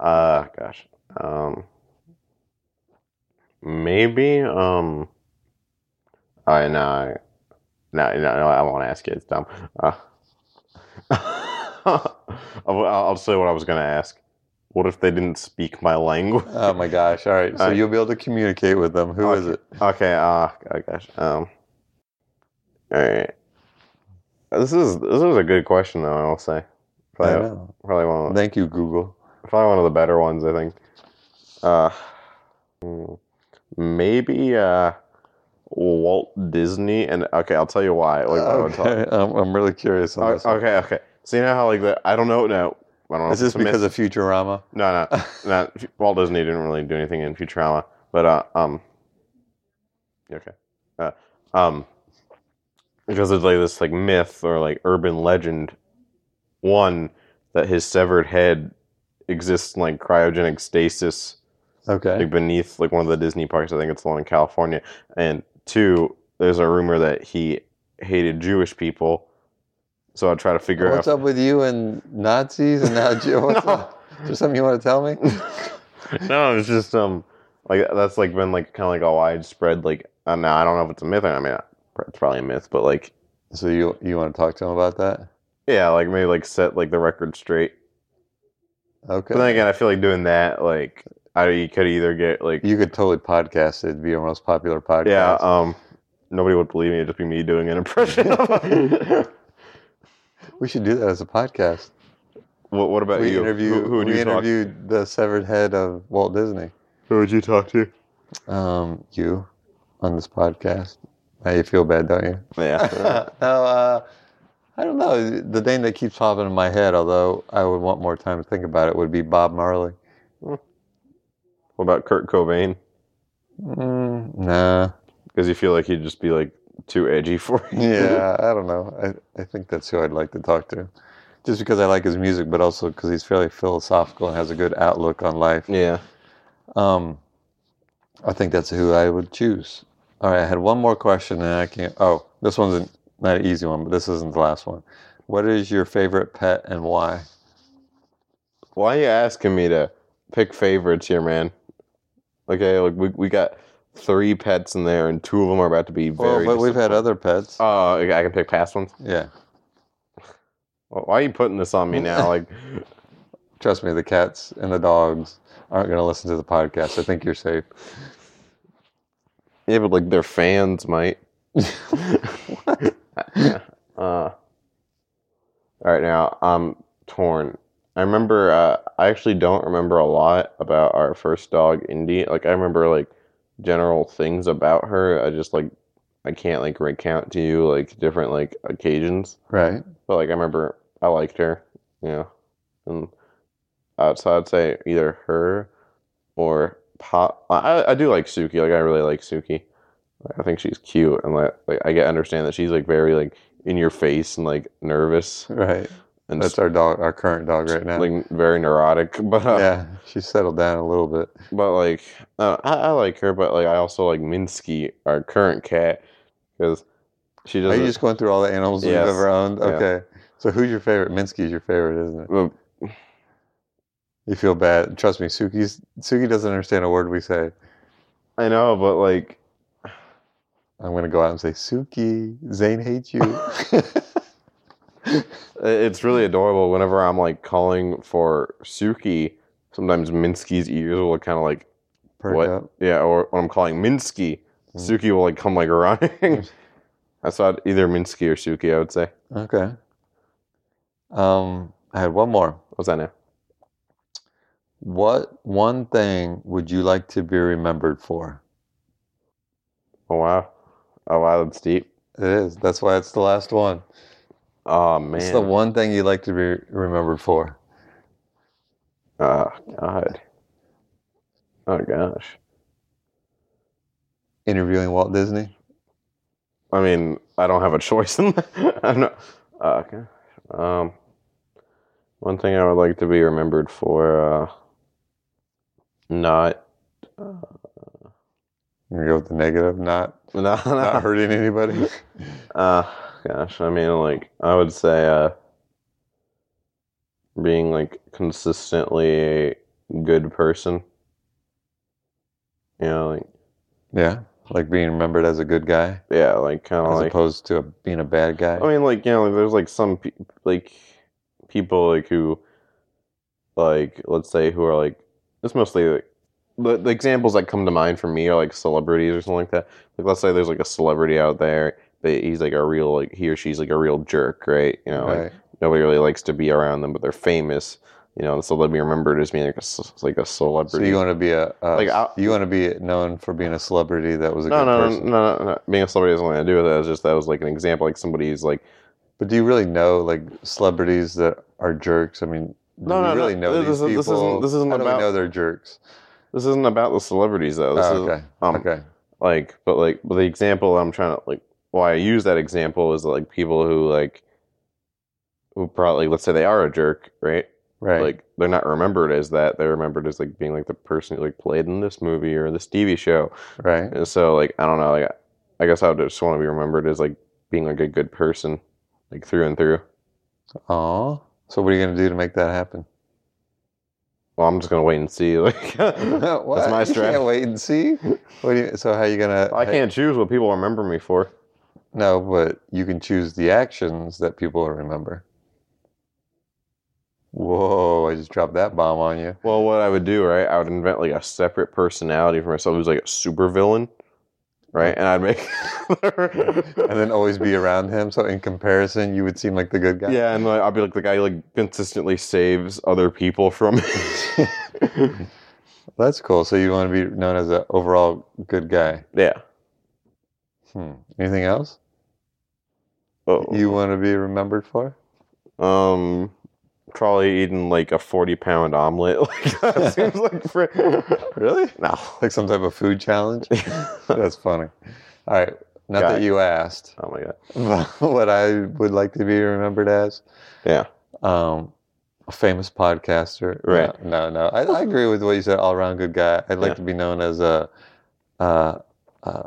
[SPEAKER 3] uh, gosh. Um, maybe. Um, I know. No, no, no, I won't ask it. It's dumb. Uh, [laughs] I'll, I'll say what I was going to ask. What if they didn't speak my language? [laughs]
[SPEAKER 2] Oh my gosh. All right. So
[SPEAKER 3] All right.
[SPEAKER 2] you'll be able to communicate with them. Who is
[SPEAKER 3] Okay.
[SPEAKER 2] it?
[SPEAKER 3] Okay. Uh, oh gosh. Um. All right. This is this was a good question though. I'll say.
[SPEAKER 2] I
[SPEAKER 3] Probably,
[SPEAKER 2] know.
[SPEAKER 3] probably one. Of,
[SPEAKER 2] Thank you, Google.
[SPEAKER 3] probably one of the better ones, I think. Uh, hmm, maybe uh, Walt Disney and okay, I'll tell you why. Like, why I would
[SPEAKER 2] [laughs]
[SPEAKER 3] talk-
[SPEAKER 2] okay. I'm, I'm really curious on this.
[SPEAKER 3] O-
[SPEAKER 2] one.
[SPEAKER 3] okay, okay. So you know how like the I don't know no. I don't know.
[SPEAKER 2] Is this
[SPEAKER 3] if it's a myth.
[SPEAKER 2] because of Futurama?
[SPEAKER 3] no
[SPEAKER 2] [laughs]
[SPEAKER 3] no no Walt Disney didn't really do anything in Futurama, but uh, um, okay, uh, um, because there's like this like myth or like urban legend, one that his severed head exists in like cryogenic stasis
[SPEAKER 2] Okay.
[SPEAKER 3] like beneath like one of the Disney parks. I think it's the one in California. And two, there's a rumor that he hated Jewish people. So I try to figure
[SPEAKER 2] What's
[SPEAKER 3] out.
[SPEAKER 2] up with you and
[SPEAKER 3] [laughs]
[SPEAKER 2] Nazis and now Jew? What's
[SPEAKER 3] No.
[SPEAKER 2] up? Is there something you want to tell me?
[SPEAKER 3] no, it's just um, Like that's like been like kind of like a widespread like I don't know I don't know if it's a myth or I mean it's probably a myth, but like
[SPEAKER 2] So you you want to talk to him about that?
[SPEAKER 3] yeah, like maybe like set like the record straight.
[SPEAKER 2] Okay.
[SPEAKER 3] But then again, I feel like doing that like I you could either get like
[SPEAKER 2] you could totally podcast it. It'd be our most popular podcast.
[SPEAKER 3] yeah um nobody would believe me it'd just be me doing an impression. [laughs] of-
[SPEAKER 2] we should do that as a podcast.
[SPEAKER 3] what, what about
[SPEAKER 2] we
[SPEAKER 3] you?
[SPEAKER 2] interview.
[SPEAKER 3] who, who would
[SPEAKER 2] we
[SPEAKER 3] you talk?
[SPEAKER 2] interviewed the severed head of Walt Disney.
[SPEAKER 3] Who would you talk to?
[SPEAKER 2] Um, you on this podcast. Now you feel bad, don't you?
[SPEAKER 3] Yeah.
[SPEAKER 2] [laughs] no, uh, I don't know. The name that keeps popping in my head, although I would want more time to think about it, would be Bob Marley.
[SPEAKER 3] what about Kurt Cobain?
[SPEAKER 2] Mm, nah.
[SPEAKER 3] Because you feel like he'd just be like too edgy for you.
[SPEAKER 2] Yeah, I don't know. I, I think that's who I'd like to talk to. Just because I like his music, but also because he's fairly philosophical and has a good outlook on life.
[SPEAKER 3] [laughs] yeah.
[SPEAKER 2] Um, I think that's who I would choose. All right, I had one more question, and I can't. Oh, this one's an, not an easy one, but this isn't the last one. What is your favorite pet and why?
[SPEAKER 3] Why are you asking me to pick favorites here, man? Okay, like we we got three pets in there, and two of them are about to be
[SPEAKER 2] Well,
[SPEAKER 3] very.
[SPEAKER 2] but we've had
[SPEAKER 3] disappointing.
[SPEAKER 2] other pets.
[SPEAKER 3] Oh, okay, I can pick past ones.
[SPEAKER 2] yeah,
[SPEAKER 3] Why are you putting
[SPEAKER 2] [laughs]
[SPEAKER 3] this on me now? Like,
[SPEAKER 2] trust me, the cats and the dogs aren't going to listen to the podcast. I think you're safe.
[SPEAKER 3] yeah, but like their fans might. [laughs] uh, all right, now I'm torn. I remember. Uh, I actually don't remember a lot about our first dog, Indy. Like I remember like general things about her. I just like I can't like recount to you like different like occasions.
[SPEAKER 2] Right.
[SPEAKER 3] But like I remember I liked her, you know. And uh, so I'd say either her or Pop. I I do like Suki. Like I really like Suki. Like, I think she's cute, and like, like I get understand that she's like very like in your face and like nervous
[SPEAKER 2] Right.
[SPEAKER 3] and
[SPEAKER 2] That's our dog, our current dog right now.
[SPEAKER 3] like very neurotic. [laughs] But uh,
[SPEAKER 2] yeah, she's settled down a little bit.
[SPEAKER 3] but like uh, I, I like her, but like I also like Minsky, our current cat, because she
[SPEAKER 2] Are
[SPEAKER 3] doesn't.
[SPEAKER 2] you just going through all the animals we've
[SPEAKER 3] Yes.
[SPEAKER 2] ever owned?
[SPEAKER 3] Yeah.
[SPEAKER 2] Okay. So who's your favorite? Minsky's your favorite, isn't it?
[SPEAKER 3] Well,
[SPEAKER 2] You feel bad. Trust me, Suki's Suki doesn't understand a word we say.
[SPEAKER 3] I know, but like
[SPEAKER 2] I'm gonna go out and say, Suki, Zane hates
[SPEAKER 3] [laughs]
[SPEAKER 2] you.
[SPEAKER 3] It's really adorable. Whenever I'm like calling for Suki, sometimes Minsky's ears will kind of like
[SPEAKER 2] Perk
[SPEAKER 3] What?
[SPEAKER 2] up.
[SPEAKER 3] yeah, or when I'm calling Minsky,
[SPEAKER 2] Mm.
[SPEAKER 3] Suki will like come like [laughs] running. I saw it either Minsky or Suki. I would say.
[SPEAKER 2] Okay. Um, I had one more.
[SPEAKER 3] What's that now?
[SPEAKER 2] What one thing would you like to be remembered for?
[SPEAKER 3] Oh wow, oh wow, that's deep.
[SPEAKER 2] It is. That's why it's the last one.
[SPEAKER 3] Oh man,
[SPEAKER 2] It's the one thing you'd like to be remembered for.
[SPEAKER 3] Oh god. Oh gosh.
[SPEAKER 2] Interviewing Walt Disney.
[SPEAKER 3] I mean, I don't have a [laughs] choice in that. I'm not. Uh, okay. Um, one thing I would like to be remembered for, uh, not, [laughs] uh,
[SPEAKER 2] You go with the negative, not
[SPEAKER 3] not,
[SPEAKER 2] not hurting anybody.
[SPEAKER 3] Uh, gosh, I mean, like, I would say, uh, being like consistently a good person. You know, like,
[SPEAKER 2] yeah, like being remembered as a good guy
[SPEAKER 3] Oh, yeah, Oh, like, kind of
[SPEAKER 2] as
[SPEAKER 3] like,
[SPEAKER 2] opposed to a, being a bad guy.
[SPEAKER 3] I mean, like you know, like, there's like some pe- like people like who, like let's say who are like it's mostly like the, the examples that come to mind for me are like celebrities or something like that. Like let's say there's like a celebrity out there, but he's like a real like he or she's like a real jerk, right? You know, like
[SPEAKER 2] right.
[SPEAKER 3] nobody really likes to be around them, but they're famous. You know, so they'll be remembered as being like a ce- like a
[SPEAKER 2] So
[SPEAKER 3] celebrity.
[SPEAKER 2] you want to be a, a
[SPEAKER 3] Like, I'll-
[SPEAKER 2] you want to be known for being a celebrity that was a
[SPEAKER 3] no,
[SPEAKER 2] good
[SPEAKER 3] no, no,
[SPEAKER 2] person.
[SPEAKER 3] no, no, no. Being a celebrity has nothing to do with it. It's just that was like an example, like somebody's like.
[SPEAKER 2] But do you really know like celebrities that are jerks? I mean, do
[SPEAKER 3] No,
[SPEAKER 2] you
[SPEAKER 3] no, no.
[SPEAKER 2] really know
[SPEAKER 3] This
[SPEAKER 2] these
[SPEAKER 3] isn't-
[SPEAKER 2] people?
[SPEAKER 3] this isn't- this isn't
[SPEAKER 2] How do we
[SPEAKER 3] about-
[SPEAKER 2] know they're jerks?
[SPEAKER 3] This isn't about the celebrities though. This
[SPEAKER 2] Oh,
[SPEAKER 3] is
[SPEAKER 2] okay,
[SPEAKER 3] um,
[SPEAKER 2] okay,
[SPEAKER 3] like but like but the example i'm trying to like why i use that example is like people who like who probably let's say they are a jerk right
[SPEAKER 2] right.
[SPEAKER 3] like they're not remembered as that they're remembered as like being like the person who like played in this movie or this tv show
[SPEAKER 2] right.
[SPEAKER 3] and so like i don't know like i guess i would just want to be remembered as like being like a good person like through and through
[SPEAKER 2] [laughs] Aw. So what are you gonna do to make that happen?
[SPEAKER 3] well, I'm just gonna wait and see. [laughs] Like that's
[SPEAKER 2] What? [laughs]
[SPEAKER 3] my
[SPEAKER 2] You
[SPEAKER 3] strategy.
[SPEAKER 2] can't wait and see. What do you, so how you gonna?
[SPEAKER 3] I can't choose what people remember me for.
[SPEAKER 2] No, but you can choose the actions that people will remember. Whoa! I just dropped that bomb on you.
[SPEAKER 3] Well, what I would do, right? I would invent like a separate personality for myself who's like a super villain, right? And I'd make
[SPEAKER 2] [laughs] and then always be around him. So in comparison, you would seem like the good guy.
[SPEAKER 3] yeah, and like, I'd be like the guy who, like consistently saves other people from. [laughs]
[SPEAKER 2] that's cool. So you want to be known as an overall good guy.
[SPEAKER 3] yeah.
[SPEAKER 2] Hmm. Anything else
[SPEAKER 3] Oh.
[SPEAKER 2] you want to be remembered for?
[SPEAKER 3] Um, probably eating like a forty-pound omelet. [laughs] Like
[SPEAKER 2] [laughs]
[SPEAKER 3] that seems like for
[SPEAKER 2] Really?
[SPEAKER 3] no.
[SPEAKER 2] Like some type of food
[SPEAKER 3] [laughs]
[SPEAKER 2] challenge? That's funny. All right. Not
[SPEAKER 3] Got
[SPEAKER 2] that
[SPEAKER 3] it.
[SPEAKER 2] you asked, [laughs]
[SPEAKER 3] Oh my god.
[SPEAKER 2] but what I would like to be remembered as.
[SPEAKER 3] Yeah.
[SPEAKER 2] Um, a famous podcaster.
[SPEAKER 3] Right.
[SPEAKER 2] No, no. no. I, I agree with what you said. All around good guy. I'd like
[SPEAKER 3] Yeah.
[SPEAKER 2] to be known as a, uh, uh,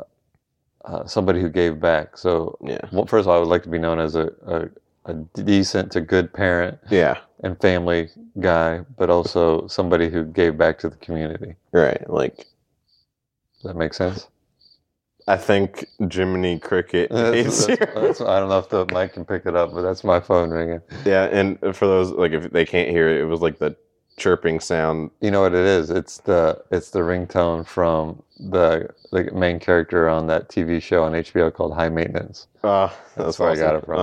[SPEAKER 2] uh, somebody who gave back. So,
[SPEAKER 3] Yeah.
[SPEAKER 2] well, first of all, I would like to be known as a, a, a decent to good parent
[SPEAKER 3] Yeah.
[SPEAKER 2] and family guy, but also somebody who gave back to the community.
[SPEAKER 3] Right. Like
[SPEAKER 2] Does that make sense?
[SPEAKER 3] I think Jiminy Cricket
[SPEAKER 2] That's-
[SPEAKER 3] is
[SPEAKER 2] that's-
[SPEAKER 3] here.
[SPEAKER 2] that's- I don't know if the mic can pick it up, but that's my phone ringing.
[SPEAKER 3] Yeah, and for those like if they can't hear it, it was like the chirping sound.
[SPEAKER 2] You know what it is? It's the it's the ringtone from the the main character on that TV show on HBO called High Maintenance.
[SPEAKER 3] Uh,
[SPEAKER 2] That's where I got it from.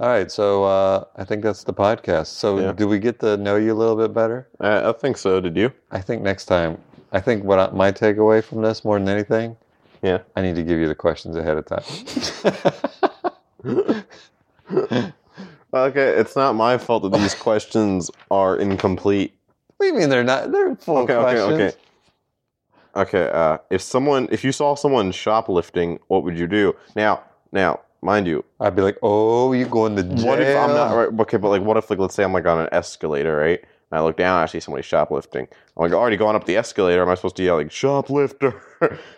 [SPEAKER 2] All right, so uh, I think that's the podcast. So
[SPEAKER 3] Yeah.
[SPEAKER 2] do we get to know you a little bit better?
[SPEAKER 3] I, I think so. Did you?
[SPEAKER 2] I think next time. I think what I, my takeaway from this more than anything.
[SPEAKER 3] Yeah.
[SPEAKER 2] I need to give you the questions ahead of time.
[SPEAKER 3] [laughs] Okay, it's not my fault that these questions are incomplete.
[SPEAKER 2] What do you mean they're not? They're full of
[SPEAKER 3] Okay, okay,
[SPEAKER 2] questions.
[SPEAKER 3] okay. Okay, uh, if someone, if you saw someone shoplifting, what would you do? Now, now, mind you,
[SPEAKER 2] I'd be like, oh, you going to jail?
[SPEAKER 3] what if I'm not right? Okay, but like, what if like, let's say I'm like on an escalator, right? And I look down, I see somebody shoplifting. I'm like already going up the escalator. Am I supposed to yell like shoplifter?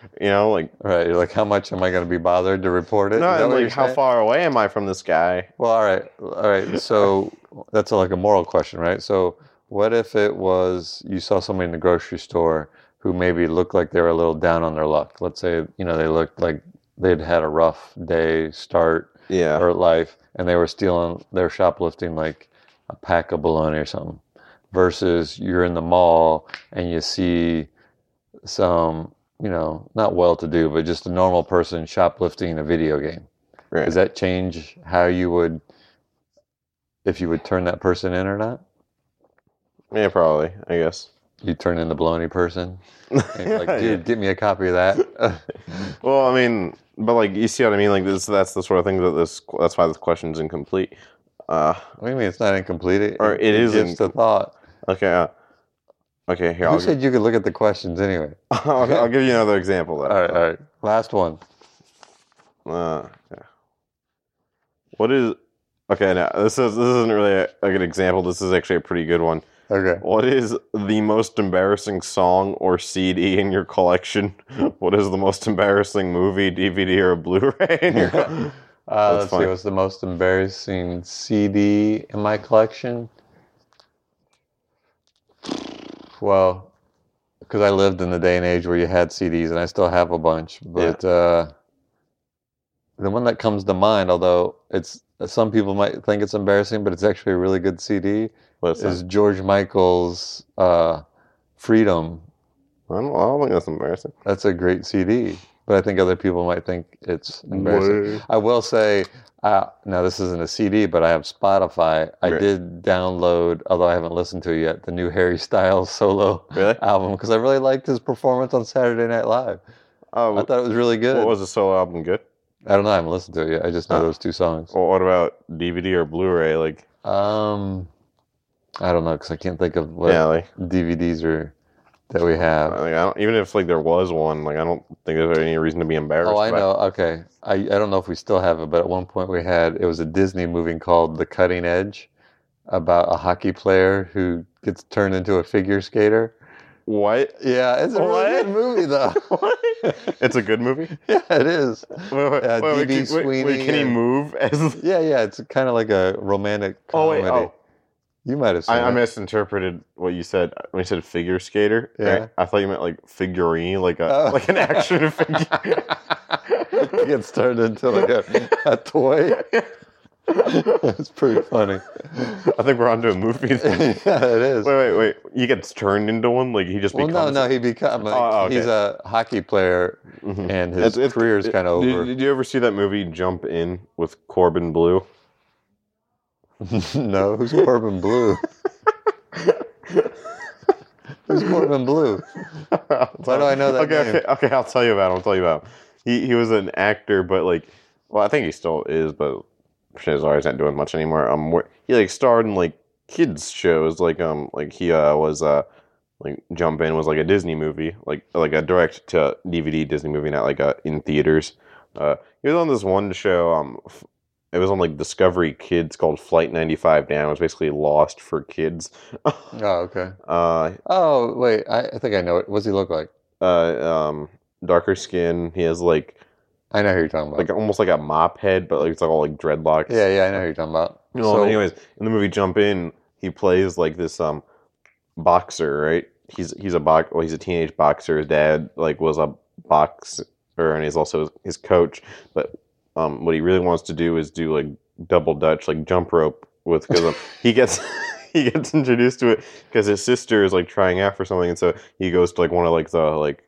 [SPEAKER 3] [laughs] you know, like
[SPEAKER 2] Right, you're like, how much am I going to be bothered to report it?
[SPEAKER 3] no,
[SPEAKER 2] Is that
[SPEAKER 3] and,
[SPEAKER 2] what
[SPEAKER 3] like
[SPEAKER 2] you're
[SPEAKER 3] how
[SPEAKER 2] saying?
[SPEAKER 3] far away am I from this guy?
[SPEAKER 2] Well, all right, all right. So that's like a moral question, right? So what if it was you saw somebody in the grocery store who maybe looked like they were a little down on their luck? Let's say you know they looked like they'd had a rough day start
[SPEAKER 3] Yeah,
[SPEAKER 2] or life, and they were stealing, they were shoplifting like a pack of bologna or something. Versus you're in the mall and you see some, you know, not well-to-do, but just a normal person shoplifting a video game.
[SPEAKER 3] right.
[SPEAKER 2] Does that change how you would, if you would turn that person in or not?
[SPEAKER 3] yeah, probably.
[SPEAKER 2] [laughs]
[SPEAKER 3] I guess.
[SPEAKER 2] You turn in the baloney person. And you're like, dude, get me a copy of that.
[SPEAKER 3] Well, I mean, but like you see what I mean? Like this, that's the sort of thing that this. That's why this question's incomplete. Uh,
[SPEAKER 2] what do you mean it's not incomplete? It,
[SPEAKER 3] Or it is
[SPEAKER 2] gives the thought.
[SPEAKER 3] okay. Uh, okay, here
[SPEAKER 2] Who
[SPEAKER 3] I'll, gi-
[SPEAKER 2] said you could look at the questions anyway?
[SPEAKER 3] I'll, [laughs] I'll give you another example. Though.
[SPEAKER 2] All right, all right. Last one.
[SPEAKER 3] Uh, yeah. What is? Okay, now this is this isn't really a, a good example. This is actually a pretty good one.
[SPEAKER 2] Okay.
[SPEAKER 3] What is the most embarrassing song or CD in your collection? [laughs] What is the most embarrassing movie, DVD, or Blu-ray in
[SPEAKER 2] [laughs]
[SPEAKER 3] your? [laughs] col-
[SPEAKER 2] Uh,
[SPEAKER 3] That's
[SPEAKER 2] let's
[SPEAKER 3] fine.
[SPEAKER 2] see. What's the most embarrassing CD in my collection? Well, because I lived in the day and age where you had CDs, and I still have a bunch. But uh, the one that comes to mind, although it's some people might think it's embarrassing, but it's actually a really good CD,
[SPEAKER 3] Listen,
[SPEAKER 2] is George Michael's uh, "Freedom."
[SPEAKER 3] I don't, I don't think that's embarrassing.
[SPEAKER 2] That's a great CD, but I think other people might think it's embarrassing. I will say, uh, now this isn't a CD, but I have Spotify. I
[SPEAKER 3] Right.
[SPEAKER 2] did download, although I haven't listened to it yet, the new Harry Styles [laughs] solo
[SPEAKER 3] Really?
[SPEAKER 2] album because I really liked his performance on Saturday Night Live.
[SPEAKER 3] Oh,
[SPEAKER 2] I thought it was really good.
[SPEAKER 3] what was the solo album good?
[SPEAKER 2] I don't know. I haven't listened to it yet. I just know
[SPEAKER 3] Huh.
[SPEAKER 2] those two songs.
[SPEAKER 3] Or what about DVD or Blu-ray? Like,
[SPEAKER 2] Um, I don't know because I can't think of what
[SPEAKER 3] yeah, like,
[SPEAKER 2] DVDs are that we have.
[SPEAKER 3] like I don't, even if like there was one, like I don't think there's any reason to be embarrassed.
[SPEAKER 2] Oh, I
[SPEAKER 3] by-
[SPEAKER 2] know. Okay, I, I don't know if we still have it, but at one point we had it was a Disney movie called The Cutting Edge, about a hockey player who gets turned into a figure skater.
[SPEAKER 3] What?
[SPEAKER 2] Yeah, it's a really good
[SPEAKER 3] What?
[SPEAKER 2] movie [laughs] though.
[SPEAKER 3] It's a good movie.
[SPEAKER 2] [laughs] yeah, it is.
[SPEAKER 3] Wait, wait,
[SPEAKER 2] Uh,
[SPEAKER 3] wait, wait,
[SPEAKER 2] D.B.
[SPEAKER 3] can- wait, wait,
[SPEAKER 2] Sweeney
[SPEAKER 3] can he
[SPEAKER 2] and-
[SPEAKER 3] move as?
[SPEAKER 2] Yeah, yeah, it's kind of like a romantic comedy. You might have seen
[SPEAKER 3] Oh, I, I
[SPEAKER 2] it.
[SPEAKER 3] misinterpreted what you said when you said figure skater.
[SPEAKER 2] Yeah.
[SPEAKER 3] right? I thought you meant like figurine, like a
[SPEAKER 2] Oh.
[SPEAKER 3] like
[SPEAKER 2] [laughs]
[SPEAKER 3] an action
[SPEAKER 2] It [laughs]
[SPEAKER 3] figure.
[SPEAKER 2] gets turned into like
[SPEAKER 3] [laughs]
[SPEAKER 2] a, a toy. [laughs] It's pretty funny. [laughs]
[SPEAKER 3] I think we're onto a movie.
[SPEAKER 2] yeah, [laughs]
[SPEAKER 3] Thing.
[SPEAKER 2] it is.
[SPEAKER 3] Wait, wait, wait! He gets turned into one. Like he just
[SPEAKER 2] well, no,
[SPEAKER 3] becomes.
[SPEAKER 2] no, he becomes like,
[SPEAKER 3] Oh, okay.
[SPEAKER 2] he's a hockey player,
[SPEAKER 3] Mhm.
[SPEAKER 2] and his
[SPEAKER 3] It's- it's-
[SPEAKER 2] career's
[SPEAKER 3] it-
[SPEAKER 2] kind of
[SPEAKER 3] did-
[SPEAKER 2] over.
[SPEAKER 3] Did, you ever see that movie Jump In with Corbin Blue?
[SPEAKER 2] [laughs] no, who's Corbin Blue?
[SPEAKER 3] [laughs]
[SPEAKER 2] who's Corbin Blue?
[SPEAKER 3] Why
[SPEAKER 2] do I know that
[SPEAKER 3] Okay,
[SPEAKER 2] name?
[SPEAKER 3] okay, okay. I'll tell you about. him. I'll tell you about. him. He he was an actor, but like, well, I think he still is, but shit, sorry, he's not doing much anymore. Um, where- he like starred in like kids shows, like um, like he uh was uh like Jump In was like a Disney movie, like like a direct to DVD Disney movie, not like a in theaters. Uh, he was on this one show. Um, f- it was on like Discovery Kids called Flight 95 Down. It was basically Lost for kids.
[SPEAKER 2] Oh, okay.
[SPEAKER 3] uh,
[SPEAKER 2] Oh, wait, I, I think I know it. What's he look like?
[SPEAKER 3] uh, um, darker skin. He has like
[SPEAKER 2] I know who you're talking about.
[SPEAKER 3] like almost like a mop head, but like it's like all like dreadlocks.
[SPEAKER 2] yeah, yeah, I know who you're talking about.
[SPEAKER 3] Well,
[SPEAKER 2] so,
[SPEAKER 3] anyways, in the movie Jump In, he plays like this um boxer, right? He's he's a box. Well, he's a teenage boxer. His dad like was a boxer, and he's also his coach. But um, what he really wants to do is do like double dutch, like jump rope with because um, he gets. [laughs] He gets introduced to it because his sister is like trying out for something, and so he goes to like one of like the like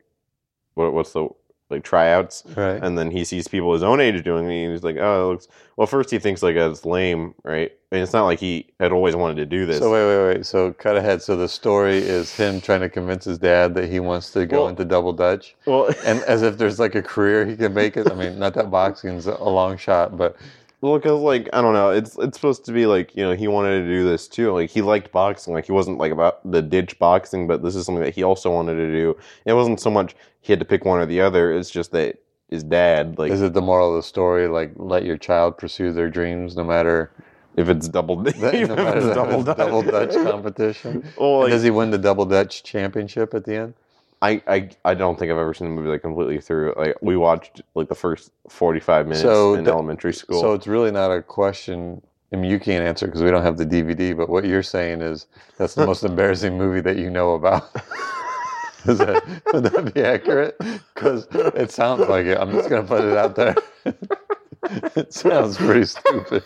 [SPEAKER 3] what what's the like tryouts,
[SPEAKER 2] right.
[SPEAKER 3] and then he sees people his own age doing it, and he's like, "Oh, it looks." Well, first he thinks like it's lame, right? And it's not like he had always wanted to do this.
[SPEAKER 2] So uh, wait, wait, wait. So cut ahead. So the story is him trying to convince his dad that he wants to go
[SPEAKER 3] Well-
[SPEAKER 2] into double dutch,
[SPEAKER 3] well,
[SPEAKER 2] and as if there's like a career he can make it. I mean, not that boxing's a long shot, but
[SPEAKER 3] [laughs] well, because like I don't know, it's it's supposed to be like you know he wanted to do this too. Like he liked boxing, like he wasn't like about the ditch boxing, but this is something that he also wanted to do. It wasn't so much he had to pick one or the other. It's just that his dad, like,
[SPEAKER 2] is it the moral of the story? Like, let your child pursue their dreams, no matter
[SPEAKER 3] if it's double, [laughs] if
[SPEAKER 2] that, no matter
[SPEAKER 3] it's
[SPEAKER 2] the [laughs]
[SPEAKER 3] double,
[SPEAKER 2] double dutch
[SPEAKER 3] [laughs] Well,
[SPEAKER 2] competition. And
[SPEAKER 3] like,
[SPEAKER 2] does he win the double dutch championship at the end?
[SPEAKER 3] I, I I don't think I've ever seen the movie like completely through. Like we watched like the first forty five minutes
[SPEAKER 2] So
[SPEAKER 3] in
[SPEAKER 2] the-
[SPEAKER 3] elementary school.
[SPEAKER 2] [laughs] So it's really not a question. I mean, you can't answer because we don't have the DVD. But what you're saying is that's the
[SPEAKER 3] [laughs]
[SPEAKER 2] most embarrassing movie that you know about. Is that, would that be accurate? Because it sounds like it. I'm just gonna put it out there. [laughs] it sounds pretty stupid.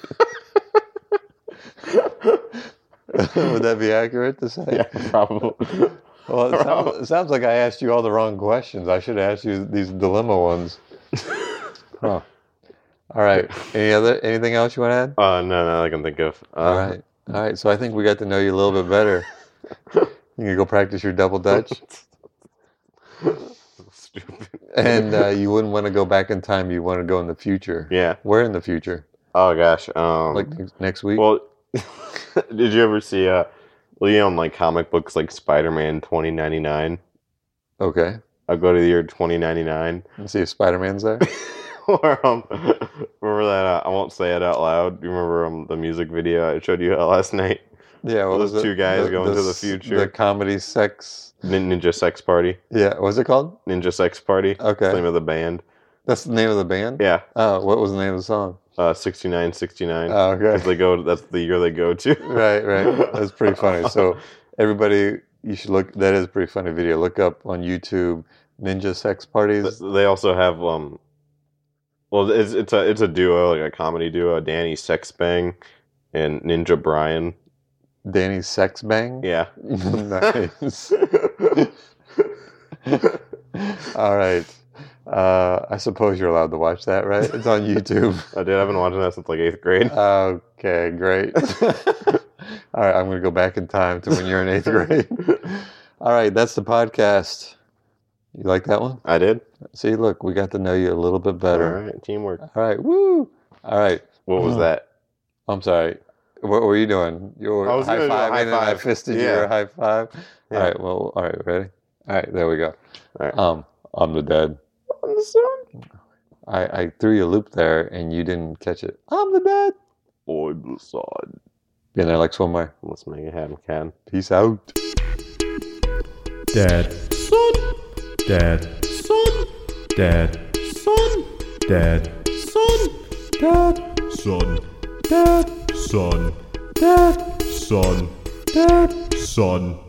[SPEAKER 2] [laughs] would that be accurate to say?
[SPEAKER 3] yeah, probably.
[SPEAKER 2] Well, it sounds,
[SPEAKER 3] Probably.
[SPEAKER 2] it sounds like I asked you all the wrong questions. I should ask you these dilemma
[SPEAKER 3] [laughs]
[SPEAKER 2] ones. Huh. All right. Any other anything else you want to add?
[SPEAKER 3] [laughs] Uh, no, no, I can think of. Uh,
[SPEAKER 2] All right. All right. So I think we got to know you a little bit
[SPEAKER 3] [laughs]
[SPEAKER 2] better. You can go practice your double dutch,
[SPEAKER 3] Stupid.
[SPEAKER 2] and uh, you wouldn't want to go back in time. You want to go in the future.
[SPEAKER 3] Yeah.
[SPEAKER 2] Where in the future?
[SPEAKER 3] Oh gosh. Um.
[SPEAKER 2] Like next- next week?
[SPEAKER 3] well, [laughs] did you ever see uh, Leon like comic books like Spider Man twenty ninety nine?
[SPEAKER 2] okay.
[SPEAKER 3] I'll go to the year twenty ninety nine.
[SPEAKER 2] Let's see if Spider Man's there.
[SPEAKER 3] [laughs] or um, [laughs] remember that? Uh, I won't say it out loud. You remember um, the music video I showed you [laughs] uh, last night?
[SPEAKER 2] Yeah.
[SPEAKER 3] Those
[SPEAKER 2] was it?
[SPEAKER 3] two guys going to the
[SPEAKER 2] s-
[SPEAKER 3] future.
[SPEAKER 2] The comedy sex.
[SPEAKER 3] Nin- Ninja Sex Party.
[SPEAKER 2] Yeah. What's it called?
[SPEAKER 3] Ninja Sex Party. That's the
[SPEAKER 2] Okay.
[SPEAKER 3] name of the band.
[SPEAKER 2] That's the name of the band.
[SPEAKER 3] Yeah.
[SPEAKER 2] Oh, what was the name of the song?
[SPEAKER 3] Uh, 69, [laughs] 69.
[SPEAKER 2] Oh,
[SPEAKER 3] Because
[SPEAKER 2] okay.
[SPEAKER 3] they go. That's the year they go to.
[SPEAKER 2] [laughs] right, right. That's pretty funny.
[SPEAKER 3] [laughs]
[SPEAKER 2] So everybody, you should look. That is a pretty funny video. Look up on YouTube ninja sex parties.
[SPEAKER 3] They also have um. Well, it's it's a it's a duo like a comedy duo. Danny Sexbang and Ninja Brian.
[SPEAKER 2] Danny sex bang.
[SPEAKER 3] Yeah.
[SPEAKER 2] [laughs]
[SPEAKER 3] [laughs]
[SPEAKER 2] nice. All right. Uh, I suppose you're allowed to watch that, right? It's on
[SPEAKER 3] [laughs]
[SPEAKER 2] YouTube.
[SPEAKER 3] I did. I've been watching that since like eighth grade.
[SPEAKER 2] Uh, Okay,
[SPEAKER 3] [laughs]
[SPEAKER 2] great. All right, I'm going to go back in time to when you're in eighth
[SPEAKER 3] [laughs]
[SPEAKER 2] grade. All right, that's the podcast. You like that one?
[SPEAKER 3] I did.
[SPEAKER 2] See, look, we got to know you a little bit
[SPEAKER 3] All
[SPEAKER 2] better.
[SPEAKER 3] right, teamwork.
[SPEAKER 2] All right, woo! All right,
[SPEAKER 3] What was that?
[SPEAKER 2] I'm sorry. What were you doing? You were
[SPEAKER 3] I was gonna do a
[SPEAKER 2] high-fiving
[SPEAKER 3] high
[SPEAKER 2] and I
[SPEAKER 3] five.
[SPEAKER 2] fisted
[SPEAKER 3] Yeah.
[SPEAKER 2] your high five.
[SPEAKER 3] Yeah.
[SPEAKER 2] All right, well, all right, ready? All right, there we go.
[SPEAKER 3] All right.
[SPEAKER 2] Um, I'm the dad. Uh-huh. I, I threw you a loop there and you didn't catch it. I'm the dad.
[SPEAKER 3] On the side.
[SPEAKER 2] Been there like swimwear.
[SPEAKER 3] Let's make it happen, Ken.
[SPEAKER 2] Peace out.
[SPEAKER 1] Dad, son, dad, son, dad, son, dad, son, dad, son, dad, son, dad, son,
[SPEAKER 2] Dad. Son.